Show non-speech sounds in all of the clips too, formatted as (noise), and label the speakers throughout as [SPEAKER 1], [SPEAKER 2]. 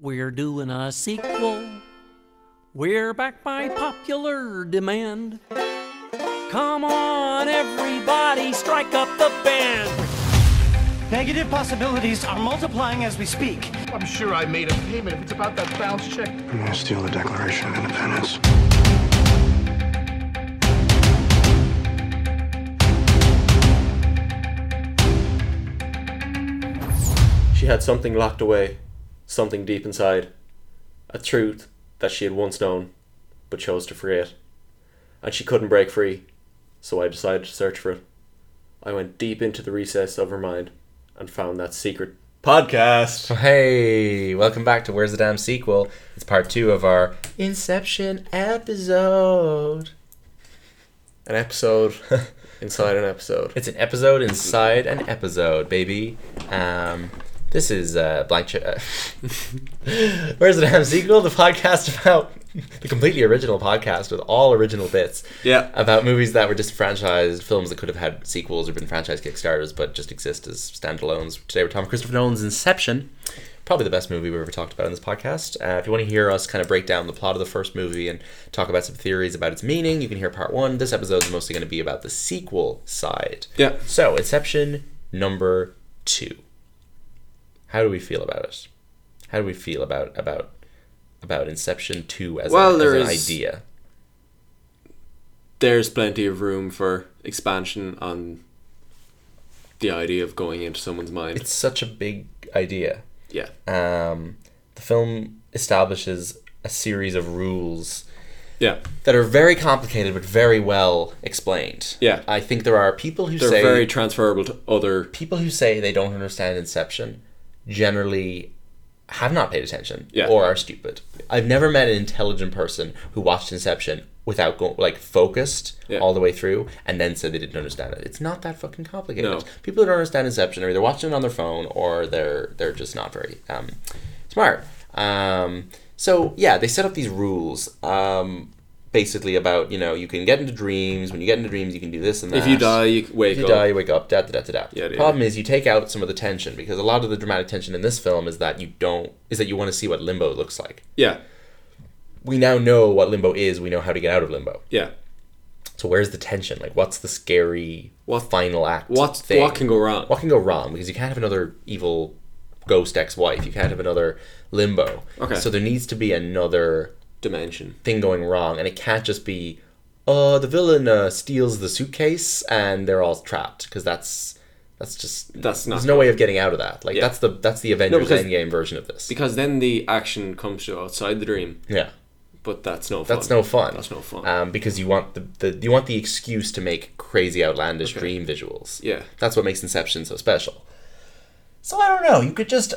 [SPEAKER 1] We're doing a sequel. We're back by popular demand. Come on, everybody, strike up the band.
[SPEAKER 2] Negative possibilities are multiplying as we speak.
[SPEAKER 3] I'm sure I made a payment. It's about that bounce check.
[SPEAKER 4] I'm gonna steal the Declaration of Independence.
[SPEAKER 5] She had something locked away, something deep inside, a truth that she had once known, but chose to forget. And she couldn't break free, so I decided to search for it. I went deep into the recess of her mind and found that secret podcast.
[SPEAKER 6] Hey, welcome back to Where's the Damn Sequel. It's part two of our Inception episode.
[SPEAKER 5] An episode (laughs) inside an episode.
[SPEAKER 6] It's an episode inside an episode, baby. Um, this is uh, blank. Ch- uh, (laughs) Where's the Damn Sequel? The podcast about the completely original podcast with all original bits.
[SPEAKER 5] Yeah.
[SPEAKER 6] About movies that were disenfranchised, films that could have had sequels or been franchise kickstarters, but just exist as standalones. Today we're talking Christopher Nolan's Inception, probably the best movie we've ever talked about in this podcast. Uh, if you want to hear us kind of break down the plot of the first movie and talk about some theories about its meaning, you can hear part one. This episode is mostly going to be about the sequel side.
[SPEAKER 5] Yeah.
[SPEAKER 6] So Inception number two. How do we feel about it? How do we feel about about about Inception two as, a-
[SPEAKER 7] Well, there
[SPEAKER 6] as an
[SPEAKER 7] is-
[SPEAKER 6] idea?
[SPEAKER 7] there's plenty of room for expansion on the idea of going into someone's mind.
[SPEAKER 6] It's such a big idea.
[SPEAKER 7] yeah.
[SPEAKER 5] Uh,
[SPEAKER 6] Um, the film establishes a series of rules
[SPEAKER 7] Yeah.
[SPEAKER 6] that are very complicated but very well explained.
[SPEAKER 7] Yeah.
[SPEAKER 6] I think there are people who
[SPEAKER 7] They're
[SPEAKER 6] say
[SPEAKER 7] very transferable to other
[SPEAKER 6] people who say they don't understand Inception generally have not paid attention
[SPEAKER 7] Yeah.
[SPEAKER 6] or are stupid. I've never met an intelligent person who watched Inception without going like focused
[SPEAKER 7] Yeah.
[SPEAKER 6] all the way through and then said they didn't understand it. It's not that fucking complicated.
[SPEAKER 7] No.
[SPEAKER 6] People who don't understand Inception are either watching it on their phone or they're they're just not very um, smart. Um, so yeah, they set up these rules. Um, basically about you know you can get into dreams when you get into dreams you can do this and that
[SPEAKER 7] If you die, you wake
[SPEAKER 6] if you
[SPEAKER 7] up.
[SPEAKER 6] die, you wake up. Da da da da da.
[SPEAKER 7] Yeah, yeah.
[SPEAKER 6] Problem is, you take out some of the tension because a lot of the dramatic tension in this film is that you don't is that you want to see what limbo looks like.
[SPEAKER 7] Yeah.
[SPEAKER 6] We now know what limbo is. We know how to get out of limbo.
[SPEAKER 7] Yeah.
[SPEAKER 6] So where's the tension? Like, what's the scary
[SPEAKER 7] What-
[SPEAKER 6] final act?
[SPEAKER 7] What's
[SPEAKER 6] thing?
[SPEAKER 7] what can go wrong?
[SPEAKER 6] What can go wrong? Because you can't have another evil ghost ex-wife. You can't have another limbo.
[SPEAKER 7] Okay.
[SPEAKER 6] So there needs to be another
[SPEAKER 7] Dimension.
[SPEAKER 6] thing going wrong, and it can't just be, uh, the villain uh, steals the suitcase and they're all trapped because that's that's just
[SPEAKER 7] That's not
[SPEAKER 6] there's no way of getting out of that. Like
[SPEAKER 7] Yeah.
[SPEAKER 6] that's the that's the Avengers
[SPEAKER 7] because-
[SPEAKER 6] Endgame version of this.
[SPEAKER 7] Because then the action comes to outside the dream,
[SPEAKER 6] yeah,
[SPEAKER 7] but that's no fun.
[SPEAKER 6] that's no fun.
[SPEAKER 7] That's no fun.
[SPEAKER 6] Um, because you want the, the you want the excuse to make crazy, outlandish dream visuals.
[SPEAKER 7] Yeah.
[SPEAKER 6] that's what makes Inception so special. So I don't know. You could just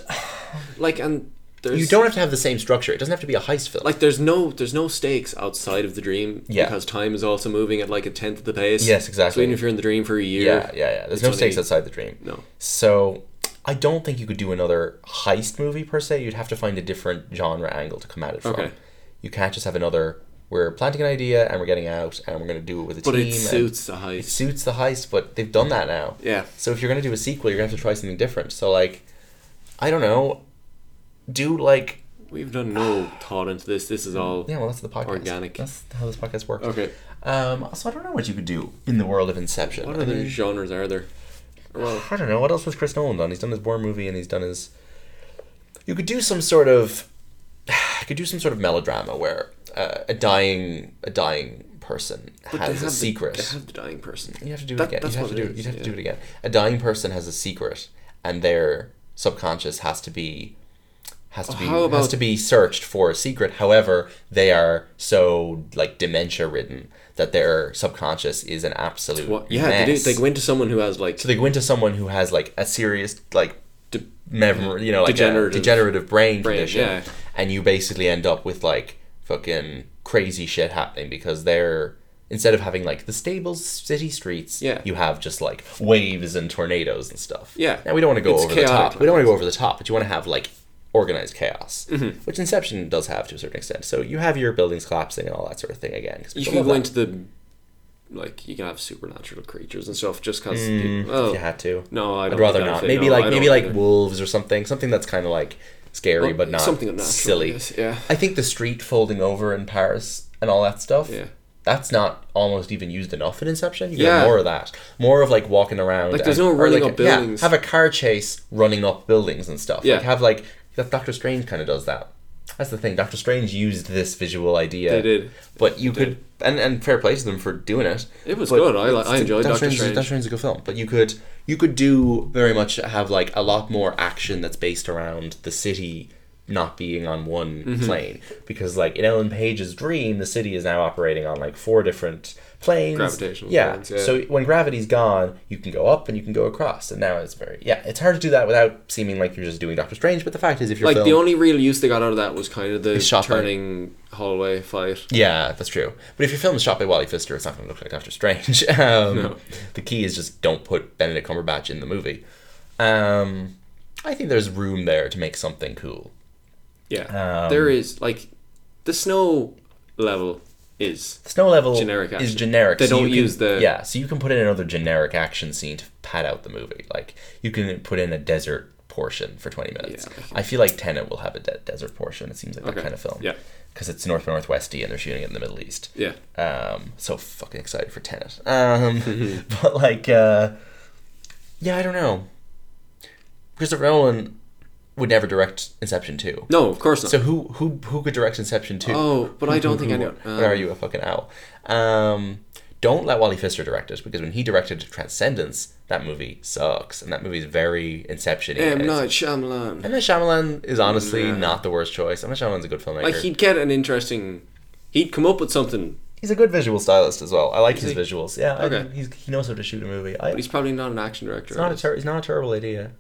[SPEAKER 7] like and there's
[SPEAKER 6] you don't have to have the same structure. It doesn't have to be a heist film.
[SPEAKER 7] like there's no there's no stakes outside of the dream
[SPEAKER 6] Yeah.
[SPEAKER 7] because time is also moving at like a tenth of the pace.
[SPEAKER 6] Yes, exactly.
[SPEAKER 7] So even if you're in the dream for a year,
[SPEAKER 6] Yeah, yeah, yeah. There's
[SPEAKER 7] it's
[SPEAKER 6] no
[SPEAKER 7] only-
[SPEAKER 6] stakes outside the dream.
[SPEAKER 7] No.
[SPEAKER 6] So I don't think you could do another heist movie per se. You'd have to find a different genre angle to come at it from.
[SPEAKER 7] Okay.
[SPEAKER 6] You can't just have another. We're planting an idea and we're getting out and we're going to do it with a
[SPEAKER 7] But
[SPEAKER 6] team.
[SPEAKER 7] it
[SPEAKER 6] and-
[SPEAKER 7] suits the
[SPEAKER 6] It
[SPEAKER 7] heist.
[SPEAKER 6] suits the heist, but they've done that now.
[SPEAKER 7] Yeah.
[SPEAKER 6] So if you're going to do a sequel, you're going to have to try something different. So like, I don't know. Do like
[SPEAKER 7] We've done
[SPEAKER 6] (sighs)
[SPEAKER 7] no thought into this. This is all
[SPEAKER 6] yeah, well that's the podcast.
[SPEAKER 7] Organic.
[SPEAKER 6] That's how this podcast works.
[SPEAKER 7] Okay.
[SPEAKER 6] Um. So I don't know what you could do in the world of Inception.
[SPEAKER 7] What
[SPEAKER 6] I
[SPEAKER 7] other
[SPEAKER 6] mean-
[SPEAKER 7] genres are there? Well,
[SPEAKER 6] I don't know what else was Chris Nolan done. He's done his Bourne movie and he's done his. You could do some sort of, (sighs) you could do some sort of melodrama where uh, a dying a dying person
[SPEAKER 7] but they
[SPEAKER 6] has
[SPEAKER 7] have
[SPEAKER 6] a
[SPEAKER 7] the,
[SPEAKER 6] secret.
[SPEAKER 7] They have the dying person.
[SPEAKER 6] You have to do it
[SPEAKER 7] That-
[SPEAKER 6] again.
[SPEAKER 7] that's
[SPEAKER 6] You have
[SPEAKER 7] what
[SPEAKER 6] to do.
[SPEAKER 7] it
[SPEAKER 6] It.
[SPEAKER 7] is,
[SPEAKER 6] You'd have to
[SPEAKER 7] yeah.
[SPEAKER 6] do it again. A dying person has a secret, and their subconscious has to be has to be
[SPEAKER 7] How
[SPEAKER 6] has
[SPEAKER 7] about-
[SPEAKER 6] to be searched for a secret. However, they are so like dementia ridden that their subconscious is an absolute
[SPEAKER 7] What? Yeah, they do.
[SPEAKER 6] mess.
[SPEAKER 7] They go into someone who has like
[SPEAKER 6] So they go into someone who has like a serious like
[SPEAKER 7] De-
[SPEAKER 6] memory, you know, like degenerative,
[SPEAKER 7] Degenerative.
[SPEAKER 6] degenerative brain,
[SPEAKER 7] Brain,
[SPEAKER 6] condition,
[SPEAKER 7] yeah.
[SPEAKER 6] and you basically end up with like fucking crazy shit happening because they're instead of having like the stable city streets,
[SPEAKER 7] Yeah.
[SPEAKER 6] you have just like waves and tornadoes and stuff.
[SPEAKER 7] Yeah.
[SPEAKER 6] now we don't want to go
[SPEAKER 7] It's
[SPEAKER 6] over the
[SPEAKER 7] chaotic
[SPEAKER 6] top. We don't want to go over the top, but you want to have like organized chaos,
[SPEAKER 7] Mm-hmm.
[SPEAKER 6] which Inception does have to a certain extent. So you have your buildings collapsing and all that sort of thing again. 'cause
[SPEAKER 7] you
[SPEAKER 6] people
[SPEAKER 7] can
[SPEAKER 6] love
[SPEAKER 7] go
[SPEAKER 6] that.
[SPEAKER 7] into the like you can have supernatural creatures and stuff just because.
[SPEAKER 6] if you had to.
[SPEAKER 7] No, I
[SPEAKER 6] I'd
[SPEAKER 7] don't
[SPEAKER 6] rather
[SPEAKER 7] think I'd
[SPEAKER 6] not.
[SPEAKER 7] fit-
[SPEAKER 6] Maybe
[SPEAKER 7] Oh. no, I
[SPEAKER 6] like
[SPEAKER 7] don't
[SPEAKER 6] maybe like
[SPEAKER 7] either.
[SPEAKER 6] wolves or something. Something that's kind of like scary,
[SPEAKER 7] Well,
[SPEAKER 6] but not
[SPEAKER 7] something unnatural, I
[SPEAKER 6] silly.
[SPEAKER 7] guess, yeah.
[SPEAKER 6] I think the street folding over in Paris and all that stuff.
[SPEAKER 7] Yeah.
[SPEAKER 6] That's not almost even used enough in Inception. You
[SPEAKER 7] Yeah.
[SPEAKER 6] get more of that. More of like walking around.
[SPEAKER 7] Like, there's
[SPEAKER 6] and-
[SPEAKER 7] no
[SPEAKER 6] or,
[SPEAKER 7] running
[SPEAKER 6] like,
[SPEAKER 7] up
[SPEAKER 6] yeah,
[SPEAKER 7] buildings.
[SPEAKER 6] have a car chase running up buildings and stuff.
[SPEAKER 7] Yeah.
[SPEAKER 6] Like have like that Doctor Strange kind of does that. That's the thing. Doctor Strange used this visual idea.
[SPEAKER 7] They did.
[SPEAKER 6] But you could and, and fair play to them for doing it.
[SPEAKER 7] It was
[SPEAKER 6] But
[SPEAKER 7] good. I li- I
[SPEAKER 6] it's-
[SPEAKER 7] enjoyed Doctor
[SPEAKER 6] is-
[SPEAKER 7] Strange.
[SPEAKER 6] Doctor Strange is a good film, but you could you could do very much have like a lot more action that's based around the city not being on one
[SPEAKER 7] Mm-hmm.
[SPEAKER 6] plane because like in Ellen Page's dream, the city is now operating on like four different planes.
[SPEAKER 7] Gravitational
[SPEAKER 6] yeah.
[SPEAKER 7] planes, yeah.
[SPEAKER 6] So when gravity's gone, you can go up and you can go across, and now it's very yeah. It's hard to do that without seeming like you're just doing Doctor Strange. But the fact is, if you're
[SPEAKER 7] Like the
[SPEAKER 6] film-
[SPEAKER 7] only real use they got out of that was kind of the
[SPEAKER 6] It's shot by-
[SPEAKER 7] turning hallway fight.
[SPEAKER 6] Yeah, that's true. But if your film is shot by Wally Pfister, it's not going to look like Doctor Strange. (laughs) um, The key is just don't put Benedict Cumberbatch in the movie. Um, I think there's room there to make something cool.
[SPEAKER 7] Yeah,
[SPEAKER 6] Um,
[SPEAKER 7] there is like the snow level is
[SPEAKER 6] The snow level
[SPEAKER 7] Generic
[SPEAKER 6] is
[SPEAKER 7] action.
[SPEAKER 6] generic.
[SPEAKER 7] They don't
[SPEAKER 6] you can-
[SPEAKER 7] use the-
[SPEAKER 6] yeah. So you can put in another generic action scene to pad out the movie. Like you can put in a desert portion for 20 minutes.
[SPEAKER 7] Yeah.
[SPEAKER 6] I feel like Tenet will have a de- desert portion. It seems like
[SPEAKER 7] Okay.
[SPEAKER 6] that kind of film.
[SPEAKER 7] Yeah.
[SPEAKER 6] Because it's north by northwesty and they're shooting it in the Middle East.
[SPEAKER 7] yeah.
[SPEAKER 6] Um, so fucking excited for Tenet. Um, (laughs) but like, uh, yeah, I don't know. Christopher Nolan would never direct Inception two.
[SPEAKER 7] No, of course not.
[SPEAKER 6] So who who who could direct Inception two?
[SPEAKER 7] oh, but I don't think (laughs) anyone.
[SPEAKER 6] Where are you, a fucking owl? Um, don't let Wally Pfister direct it because when he directed Transcendence, that movie sucks, and that movie is very Inception.
[SPEAKER 7] M Night Shyamalan.
[SPEAKER 6] M Night Shyamalan is honestly
[SPEAKER 7] Nah.
[SPEAKER 6] not the worst choice. M Night Shyamalan's a good filmmaker.
[SPEAKER 7] Like he'd get an interesting. He'd come up with something,
[SPEAKER 6] he's a good visual stylist as well. I like his
[SPEAKER 7] he?
[SPEAKER 6] visuals. Yeah, I
[SPEAKER 7] Okay.
[SPEAKER 6] think he's, he knows how to shoot a movie. I,
[SPEAKER 7] but he's probably not an action director.
[SPEAKER 6] It's not a
[SPEAKER 7] is he?
[SPEAKER 6] ter- it's not a terrible idea.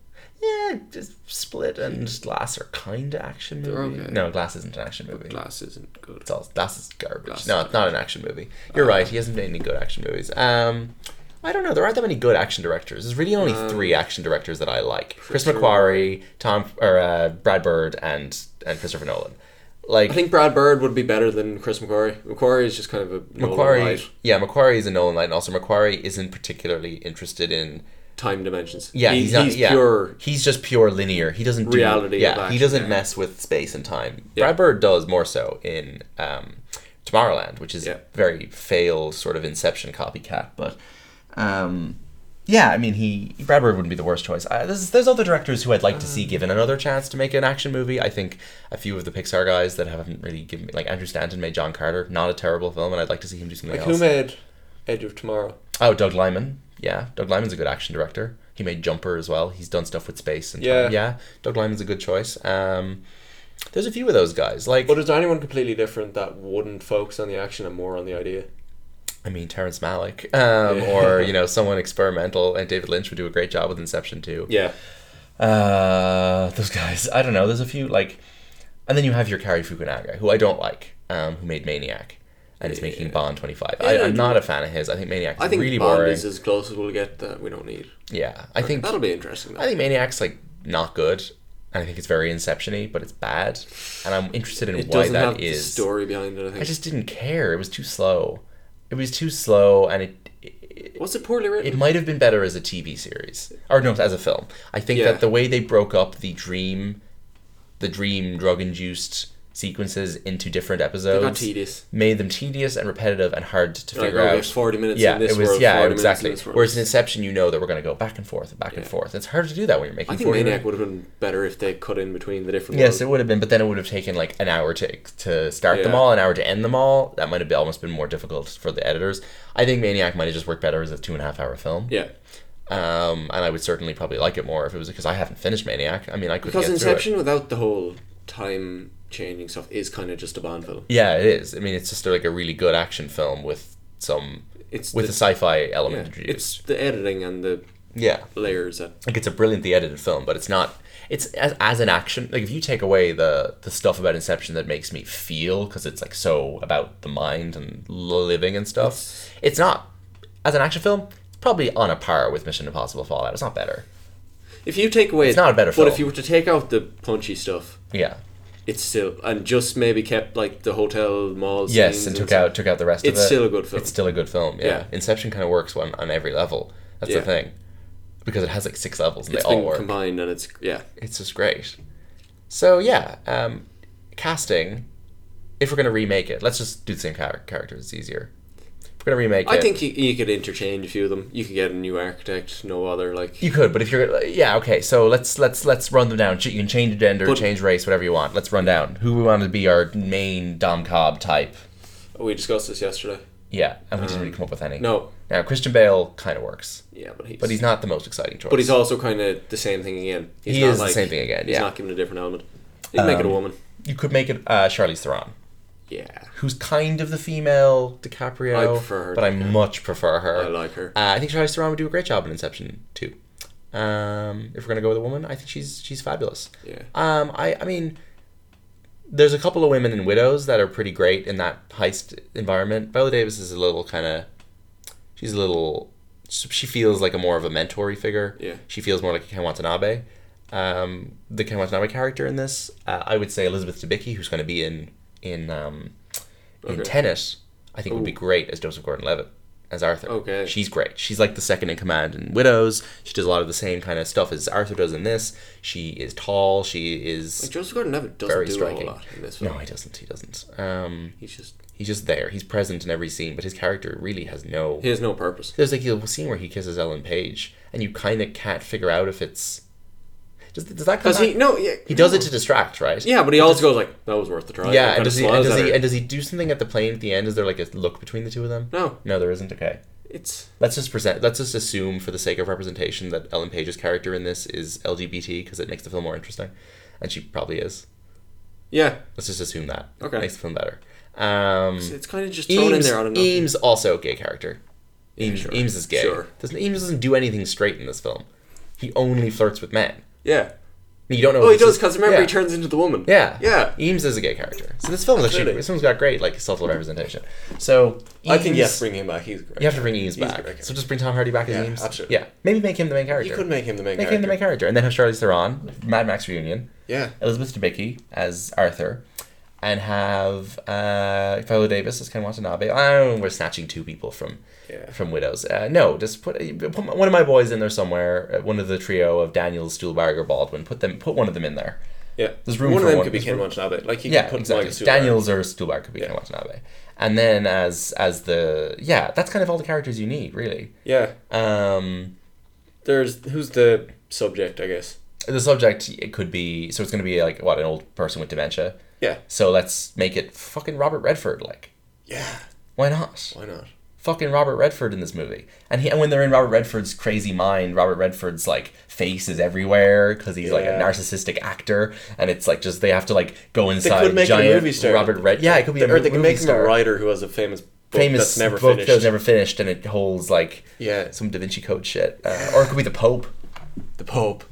[SPEAKER 6] Yeah, just Split and Glass are kind of action movie.
[SPEAKER 7] okay.
[SPEAKER 6] No, Glass isn't an action movie.
[SPEAKER 7] Glass isn't good.
[SPEAKER 6] It's all Glass is garbage.
[SPEAKER 7] Glass
[SPEAKER 6] no,
[SPEAKER 7] is
[SPEAKER 6] it's not an action movie. You're right. He hasn't made any good action movies. Um, I don't know. There aren't that many good action directors. There's really only three
[SPEAKER 7] Um,
[SPEAKER 6] action directors that I like: Chris McQuarrie, Tom or uh, Brad Bird, and and Christopher Nolan. Like
[SPEAKER 7] I think Brad Bird would be better than Chris McQuarrie. McQuarrie is just kind of a
[SPEAKER 6] Macquarie,
[SPEAKER 7] Nolan light.
[SPEAKER 6] yeah, Macquarie is a Nolan light, and also Macquarie isn't particularly interested in
[SPEAKER 7] time dimensions.
[SPEAKER 6] Yeah,
[SPEAKER 7] He-
[SPEAKER 6] he's, not, yeah.
[SPEAKER 7] pure.
[SPEAKER 6] He's just pure linear. He doesn't do-
[SPEAKER 7] Reality of
[SPEAKER 6] Yeah,
[SPEAKER 7] action,
[SPEAKER 6] he doesn't
[SPEAKER 7] yeah.
[SPEAKER 6] mess with space and time.
[SPEAKER 7] Yeah.
[SPEAKER 6] Brad Bird does more so in um, Tomorrowland, which is
[SPEAKER 7] Yeah.
[SPEAKER 6] very failed sort of Inception copycat. But um, yeah, I mean, he Brad Bird wouldn't be the worst choice. I, there's there's other directors who I'd like to see
[SPEAKER 7] Um.
[SPEAKER 6] given another chance to make an action movie. I think a few of the Pixar guys that haven't really given me, like Andrew Stanton made John Carter, not a terrible film, and I'd like to see him do something
[SPEAKER 7] Like
[SPEAKER 6] else.
[SPEAKER 7] who made Edge of Tomorrow?
[SPEAKER 6] Oh, Doug Lyman. Yeah, Doug Lyman's a good action director. He made Jumper as well. He's done stuff with space and
[SPEAKER 7] Yeah.
[SPEAKER 6] time. yeah. Doug Lyman's a good choice. Um, there's a few of those guys. Like,
[SPEAKER 7] But is there anyone completely different that wouldn't focus on the action and more on the idea?
[SPEAKER 6] I mean, Terrence Malick, um,
[SPEAKER 7] Yeah. (laughs)
[SPEAKER 6] or you know, someone experimental. And David Lynch would do a great job with Inception too.
[SPEAKER 7] Yeah.
[SPEAKER 6] Uh, those guys. I don't know. There's a few like, and then you have your Cary Fukunaga, who I don't like, um, who made Maniac, and is making Bond 25. I, I'm not a fan of his. I think Maniac's
[SPEAKER 7] I think
[SPEAKER 6] really
[SPEAKER 7] Bond
[SPEAKER 6] boring.
[SPEAKER 7] is as close as we'll get that we don't need.
[SPEAKER 6] yeah, I think
[SPEAKER 7] That'll be interesting. Though.
[SPEAKER 6] I think Maniac's like not good, and I think it's very Inception-y, but it's bad, and I'm interested in
[SPEAKER 7] it
[SPEAKER 6] why
[SPEAKER 7] doesn't have
[SPEAKER 6] that
[SPEAKER 7] the
[SPEAKER 6] is.
[SPEAKER 7] story behind it. I think.
[SPEAKER 6] I just didn't care. It was too slow. It was too slow, and it it,
[SPEAKER 7] was it poorly
[SPEAKER 6] it
[SPEAKER 7] written?
[SPEAKER 6] might have been better as a TV series or no, as a film. I think
[SPEAKER 7] Yeah.
[SPEAKER 6] that the way they broke up the dream, the dream drug-induced sequences into different episodes
[SPEAKER 7] tedious.
[SPEAKER 6] made them tedious and repetitive and hard to
[SPEAKER 7] Like,
[SPEAKER 6] figure
[SPEAKER 7] okay,
[SPEAKER 6] out
[SPEAKER 7] 40 minutes
[SPEAKER 6] yeah
[SPEAKER 7] in this
[SPEAKER 6] it was
[SPEAKER 7] world,
[SPEAKER 6] yeah
[SPEAKER 7] 40 minutes in
[SPEAKER 6] exactly
[SPEAKER 7] this world.
[SPEAKER 6] whereas in inception you know that we're going to go back and forth and back and
[SPEAKER 7] Yeah.
[SPEAKER 6] forth it's hard to do that when you're making
[SPEAKER 7] I think
[SPEAKER 6] 40
[SPEAKER 7] Maniac would have been better if they cut in between the different.
[SPEAKER 6] Yes,
[SPEAKER 7] worlds.
[SPEAKER 6] it would have been, but then it would have taken like an hour to to start them
[SPEAKER 7] Yeah.
[SPEAKER 6] all, an hour to end them all. That might have been, almost been more difficult for the editors. I think Maniac might have just worked better as a two and a half hour film.
[SPEAKER 7] Yeah,
[SPEAKER 6] Um, and I would certainly probably like it more if it was because I haven't finished Maniac. I mean, I could
[SPEAKER 7] because
[SPEAKER 6] get
[SPEAKER 7] Inception
[SPEAKER 6] Through it.
[SPEAKER 7] without the whole time changing stuff is kind of just a Bond film.
[SPEAKER 6] Yeah, it is. I mean, it's just like a really good action film with some
[SPEAKER 7] It's
[SPEAKER 6] with
[SPEAKER 7] the-
[SPEAKER 6] a sci-fi element
[SPEAKER 7] Yeah,
[SPEAKER 6] introduced.
[SPEAKER 7] it's the editing and the
[SPEAKER 6] yeah,
[SPEAKER 7] layers that
[SPEAKER 6] like it's a brilliantly edited film, but it's not. It's as, as an action. Like if you take away the the stuff about Inception that makes me feel because it's like so about the mind and living and stuff. It's, not as an action film. It's probably on a par with Mission Impossible Fallout. It's not better.
[SPEAKER 7] if you take away
[SPEAKER 6] It's not a better
[SPEAKER 7] but
[SPEAKER 6] film.
[SPEAKER 7] if you were to take out the punchy stuff,
[SPEAKER 6] Yeah.
[SPEAKER 7] it's still and just maybe kept like the hotel mall.
[SPEAKER 6] Yes,
[SPEAKER 7] scenes
[SPEAKER 6] and took
[SPEAKER 7] stuff.
[SPEAKER 6] out took out the rest
[SPEAKER 7] It's
[SPEAKER 6] of it.
[SPEAKER 7] still a good film.
[SPEAKER 6] It's still a good film. Yeah.
[SPEAKER 7] Yeah.
[SPEAKER 6] Inception kind of works on on every level. That's
[SPEAKER 7] Yeah.
[SPEAKER 6] the thing, because it has like six levels and
[SPEAKER 7] It's
[SPEAKER 6] they all
[SPEAKER 7] been
[SPEAKER 6] work.
[SPEAKER 7] combined and it's yeah.
[SPEAKER 6] It's just great. So yeah, um, casting. If we're gonna remake it, let's just do the same char- characters. It's easier. If we're gonna remake
[SPEAKER 7] I
[SPEAKER 6] it,
[SPEAKER 7] think you, you could interchange a few of them. You could get a new architect, no other like.
[SPEAKER 6] you could. But if you're yeah, okay. So let's let's let's run them down. Ch- You can change gender,
[SPEAKER 7] But-
[SPEAKER 6] change race, whatever you want. Let's run down who we want to be our main Dom Cobb type.
[SPEAKER 7] We discussed this yesterday.
[SPEAKER 6] Yeah, and we didn't really come up with any.
[SPEAKER 7] Um, No,
[SPEAKER 6] Now Christian Bale kind of works,
[SPEAKER 7] yeah, but he's
[SPEAKER 6] but he's not the most exciting choice.
[SPEAKER 7] But he's also kind of the same thing again. He's
[SPEAKER 6] He
[SPEAKER 7] not
[SPEAKER 6] is the
[SPEAKER 7] like-
[SPEAKER 6] same thing again,
[SPEAKER 7] He's
[SPEAKER 6] yeah. Um,
[SPEAKER 7] not given a different element. He'd make it a woman.
[SPEAKER 6] you could make it uh, Charlize Theron.
[SPEAKER 7] Yeah,
[SPEAKER 6] who's kind of the female DiCaprio.
[SPEAKER 7] I prefer her,
[SPEAKER 6] but I much prefer her.
[SPEAKER 7] I like her.
[SPEAKER 6] Uh, I think Charlize Theron would do a great job in Inception too. Um, if we're gonna go with a woman, I think she's she's fabulous.
[SPEAKER 7] Yeah.
[SPEAKER 6] Um, I I mean, there's a couple of women in Widows that are pretty great in that heist environment. Viola Davis is a little kind of, she's a little, she feels like a more of a mentory figure.
[SPEAKER 7] Yeah.
[SPEAKER 6] She feels more like a Ken Watanabe. Um, the Ken Watanabe character in this, uh, I would say Elizabeth Debicki, who's going to be in in um, in
[SPEAKER 7] Okay.
[SPEAKER 6] tennis, I think would be
[SPEAKER 7] Ooh.
[SPEAKER 6] great as Joseph Gordon-Levitt as Arthur.
[SPEAKER 7] Okay.
[SPEAKER 6] She's great. She's like the second in command in Widows. She does a lot of the same kind of stuff as Arthur does in this. She is tall. She
[SPEAKER 7] Like
[SPEAKER 6] is
[SPEAKER 7] Joseph Gordon-Levitt doesn't
[SPEAKER 6] very
[SPEAKER 7] do
[SPEAKER 6] striking.
[SPEAKER 7] a whole lot in this film.
[SPEAKER 6] no, he doesn't. He doesn't. Um,
[SPEAKER 7] He's just
[SPEAKER 6] he's just there. He's present in every scene, but his character really has no.
[SPEAKER 7] he has no purpose.
[SPEAKER 6] There's like a scene where he kisses Ellen Page, and you kind of can't figure out if it's. Does, does that come
[SPEAKER 7] Does he?
[SPEAKER 6] back-
[SPEAKER 7] No, yeah,
[SPEAKER 6] He does it to distract, right?
[SPEAKER 7] Yeah, but he also goes like, "That was worth the try." Like,
[SPEAKER 6] Yeah, and
[SPEAKER 7] kinda
[SPEAKER 6] does, he, and,
[SPEAKER 7] smiles
[SPEAKER 6] does
[SPEAKER 7] at
[SPEAKER 6] he,
[SPEAKER 7] her.
[SPEAKER 6] and does he do something at the plane at the end? Is there like a look between the two of them?
[SPEAKER 7] No.
[SPEAKER 6] No, there isn't. Okay.
[SPEAKER 7] It's
[SPEAKER 6] Let's just present. Let's just assume, for the sake of representation, that Ellen Page's character in this is LGBT because it makes the film more interesting, and she probably is.
[SPEAKER 7] yeah,
[SPEAKER 6] Let's just assume that.
[SPEAKER 7] Okay.
[SPEAKER 6] Makes the film better. Um,
[SPEAKER 7] it's kind of just thrown
[SPEAKER 6] Eames,
[SPEAKER 7] in there. I don't know.
[SPEAKER 6] Eames also a gay character.
[SPEAKER 7] Yeah,
[SPEAKER 6] Eames,
[SPEAKER 7] sure.
[SPEAKER 6] Eames is gay.
[SPEAKER 7] Sure.
[SPEAKER 6] Doesn't, Eames doesn't do anything straight in this film. He only flirts with men.
[SPEAKER 7] Yeah.
[SPEAKER 6] You don't know.
[SPEAKER 7] Oh,
[SPEAKER 6] if
[SPEAKER 7] he
[SPEAKER 6] it's
[SPEAKER 7] does
[SPEAKER 6] just-
[SPEAKER 7] because remember
[SPEAKER 6] yeah.
[SPEAKER 7] he turns into the woman.
[SPEAKER 6] Yeah.
[SPEAKER 7] Yeah.
[SPEAKER 6] Eames is a gay character. So this film is actually
[SPEAKER 7] Absolutely.
[SPEAKER 6] this film's got great like self representation. So
[SPEAKER 7] I think you have
[SPEAKER 6] Eames-
[SPEAKER 7] to bring him back. He's great.
[SPEAKER 6] you have to bring Eames
[SPEAKER 7] He's a
[SPEAKER 6] back.
[SPEAKER 7] great character.
[SPEAKER 6] So just bring Tom Hardy back as
[SPEAKER 7] Yeah,
[SPEAKER 6] Eames.
[SPEAKER 7] absolutely.
[SPEAKER 6] Yeah. Maybe make him the main character.
[SPEAKER 7] You could make him the main
[SPEAKER 6] Make
[SPEAKER 7] character.
[SPEAKER 6] him the main character, and then have Charlize Theron, Mad Max reunion,
[SPEAKER 7] Yeah.
[SPEAKER 6] Elizabeth Debicki as Arthur, and have uh, Viola Davis as Ken Watanabe. I don't know, we're snatching two people from
[SPEAKER 7] Yeah.
[SPEAKER 6] from Widows. Uh, no, just put, put my- one of my boys in there somewhere. uh, One of the trio of Daniels, Stuhlbarg, or Baldwin. Put them. Put one of them in there.
[SPEAKER 7] Yeah.
[SPEAKER 6] There's room
[SPEAKER 7] one
[SPEAKER 6] for
[SPEAKER 7] of them
[SPEAKER 6] one-
[SPEAKER 7] could be
[SPEAKER 6] there's
[SPEAKER 7] Ken
[SPEAKER 6] room-
[SPEAKER 7] Watanabe. Like you
[SPEAKER 6] yeah,
[SPEAKER 7] could put
[SPEAKER 6] exactly.
[SPEAKER 7] Michael Stuhlbarg.
[SPEAKER 6] Daniels or Stuhlbarg could be Ken Watanabe. And then as as the yeah, that's kind of all the characters you need, really.
[SPEAKER 7] Yeah.
[SPEAKER 6] Um,
[SPEAKER 7] There's who's the subject, I guess.
[SPEAKER 6] the subject it could be so it's going to be like what an old person with dementia.
[SPEAKER 7] Yeah.
[SPEAKER 6] So let's make it fucking Robert Redford. Like,
[SPEAKER 7] Yeah.
[SPEAKER 6] why not?
[SPEAKER 7] Why not?
[SPEAKER 6] Fucking Robert Redford in this movie. And he and when they're in Robert Redford's crazy mind, Robert Redford's like face is everywhere because he's like a
[SPEAKER 7] Yeah.
[SPEAKER 6] narcissistic actor, and it's like just they have to like go inside
[SPEAKER 7] could make him a
[SPEAKER 6] giant
[SPEAKER 7] movie star.
[SPEAKER 6] Robert Red. Yeah, it could be a
[SPEAKER 7] or they
[SPEAKER 6] movie
[SPEAKER 7] can make him
[SPEAKER 6] star.
[SPEAKER 7] a writer who has a famous book
[SPEAKER 6] famous
[SPEAKER 7] that's never
[SPEAKER 6] book
[SPEAKER 7] finished.
[SPEAKER 6] that was never finished, and it holds like
[SPEAKER 7] Yeah.
[SPEAKER 6] some Da Vinci Code shit, uh, or it could be the Pope.
[SPEAKER 7] The Pope.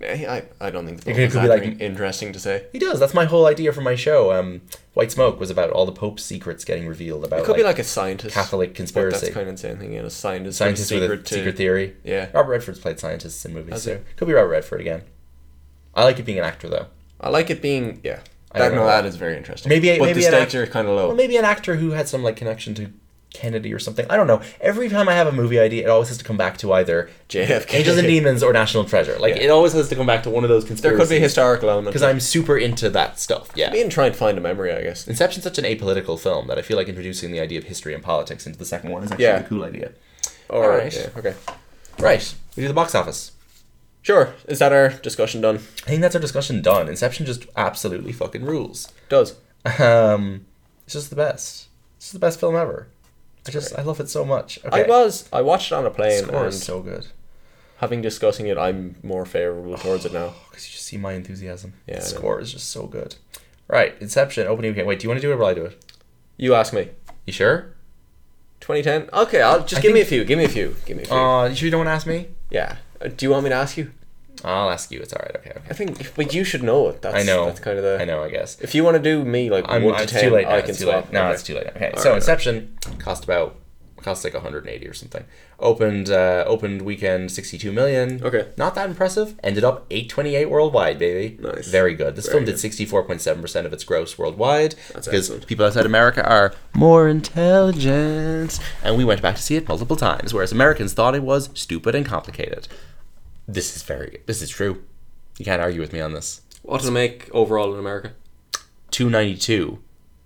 [SPEAKER 7] I, I don't think the
[SPEAKER 6] It
[SPEAKER 7] Pope
[SPEAKER 6] could
[SPEAKER 7] is
[SPEAKER 6] be
[SPEAKER 7] that
[SPEAKER 6] like-
[SPEAKER 7] in- interesting to say.
[SPEAKER 6] He does. That's my whole idea for my show. Um, White Smoke was about all the Pope's secrets getting revealed about
[SPEAKER 7] It could
[SPEAKER 6] like,
[SPEAKER 7] be like a scientist.
[SPEAKER 6] Catholic
[SPEAKER 7] But
[SPEAKER 6] conspiracy.
[SPEAKER 7] that's kind of insane thing. Yeah, a scientist.
[SPEAKER 6] scientists
[SPEAKER 7] with a
[SPEAKER 6] with a
[SPEAKER 7] to-
[SPEAKER 6] secret theory.
[SPEAKER 7] Yeah.
[SPEAKER 6] Robert Redford's played scientists in movies.
[SPEAKER 7] Has
[SPEAKER 6] So
[SPEAKER 7] he?
[SPEAKER 6] could be Robert Redford again. I like it being an actor though.
[SPEAKER 7] I like it being yeah.
[SPEAKER 6] I don't
[SPEAKER 7] That, no,
[SPEAKER 6] know.
[SPEAKER 7] that is very interesting.
[SPEAKER 6] Maybe
[SPEAKER 7] but
[SPEAKER 6] maybe
[SPEAKER 7] the
[SPEAKER 6] an
[SPEAKER 7] stakes
[SPEAKER 6] act-
[SPEAKER 7] are kind of low.
[SPEAKER 6] Well, maybe an actor who had some like connection to Kennedy or something. I don't know. Every time I have a movie idea, it always has to come back to either
[SPEAKER 7] JFK.
[SPEAKER 6] Angels and Demons or National Treasure. Like
[SPEAKER 7] Yeah.
[SPEAKER 6] it always has to come back to one of those
[SPEAKER 7] there
[SPEAKER 6] conspiracies.
[SPEAKER 7] could be a historical element
[SPEAKER 6] because I'm super into that stuff. Yeah.
[SPEAKER 7] being trying to find a memory. I guess
[SPEAKER 6] Inception's such an apolitical film that I feel like introducing the idea of history and politics into the second one is actually
[SPEAKER 7] Yeah.
[SPEAKER 6] a cool idea.
[SPEAKER 7] or
[SPEAKER 6] Alright.
[SPEAKER 7] yeah, okay,
[SPEAKER 6] Right. We do the box office.
[SPEAKER 7] sure. Is that our discussion done?
[SPEAKER 6] I think that's our discussion done. Inception just absolutely fucking rules.
[SPEAKER 7] Does
[SPEAKER 6] Um, it's just the best. It's just the best film ever. I just I love it so much. Okay.
[SPEAKER 7] I was I watched it on a plane
[SPEAKER 6] score
[SPEAKER 7] and
[SPEAKER 6] is so good
[SPEAKER 7] having discussing it, I'm more favorable towards it
[SPEAKER 6] (sighs)
[SPEAKER 7] now.
[SPEAKER 6] because you just see my enthusiasm.
[SPEAKER 7] Yeah, I
[SPEAKER 6] the
[SPEAKER 7] know.
[SPEAKER 6] score is just so good. Right, Inception opening weekend. Wait, do you want to do it or will I do it?
[SPEAKER 7] You ask me.
[SPEAKER 6] You sure?
[SPEAKER 7] 2010. Okay, I'll just
[SPEAKER 6] I
[SPEAKER 7] give me a
[SPEAKER 6] think-
[SPEAKER 7] few. Give me a few. Give me a few.
[SPEAKER 6] Uh, you sure you don't want to ask me?
[SPEAKER 7] yeah. Uh, Do you want me to ask you?
[SPEAKER 6] I'll ask you. It's all right. Okay, okay.
[SPEAKER 7] I think, but you should know it. That's,
[SPEAKER 6] I know.
[SPEAKER 7] That's kind of the.
[SPEAKER 6] I know. I guess.
[SPEAKER 7] If you want to do me like
[SPEAKER 6] I'm,
[SPEAKER 7] one to
[SPEAKER 6] it's
[SPEAKER 7] ten,
[SPEAKER 6] too late. Now.
[SPEAKER 7] I can
[SPEAKER 6] it's too
[SPEAKER 7] swap.
[SPEAKER 6] late. No,
[SPEAKER 7] Okay.
[SPEAKER 6] it's too late. Okay,
[SPEAKER 7] All
[SPEAKER 6] so
[SPEAKER 7] right.
[SPEAKER 6] Inception cost about cost like 180 or something. Opened uh, opened weekend 62 million.
[SPEAKER 7] Okay.
[SPEAKER 6] not that impressive. Ended up 828 worldwide, baby.
[SPEAKER 7] Nice.
[SPEAKER 6] very good. This
[SPEAKER 7] Very
[SPEAKER 6] film did 64.7 percent of its gross worldwide
[SPEAKER 7] That's
[SPEAKER 6] because
[SPEAKER 7] excellent.
[SPEAKER 6] people outside America are more intelligent, and we went back to see it multiple times, whereas Americans thought it was stupid and complicated. This is very. This is true. You can't argue with me on this.
[SPEAKER 7] What did it make overall in America?
[SPEAKER 6] 292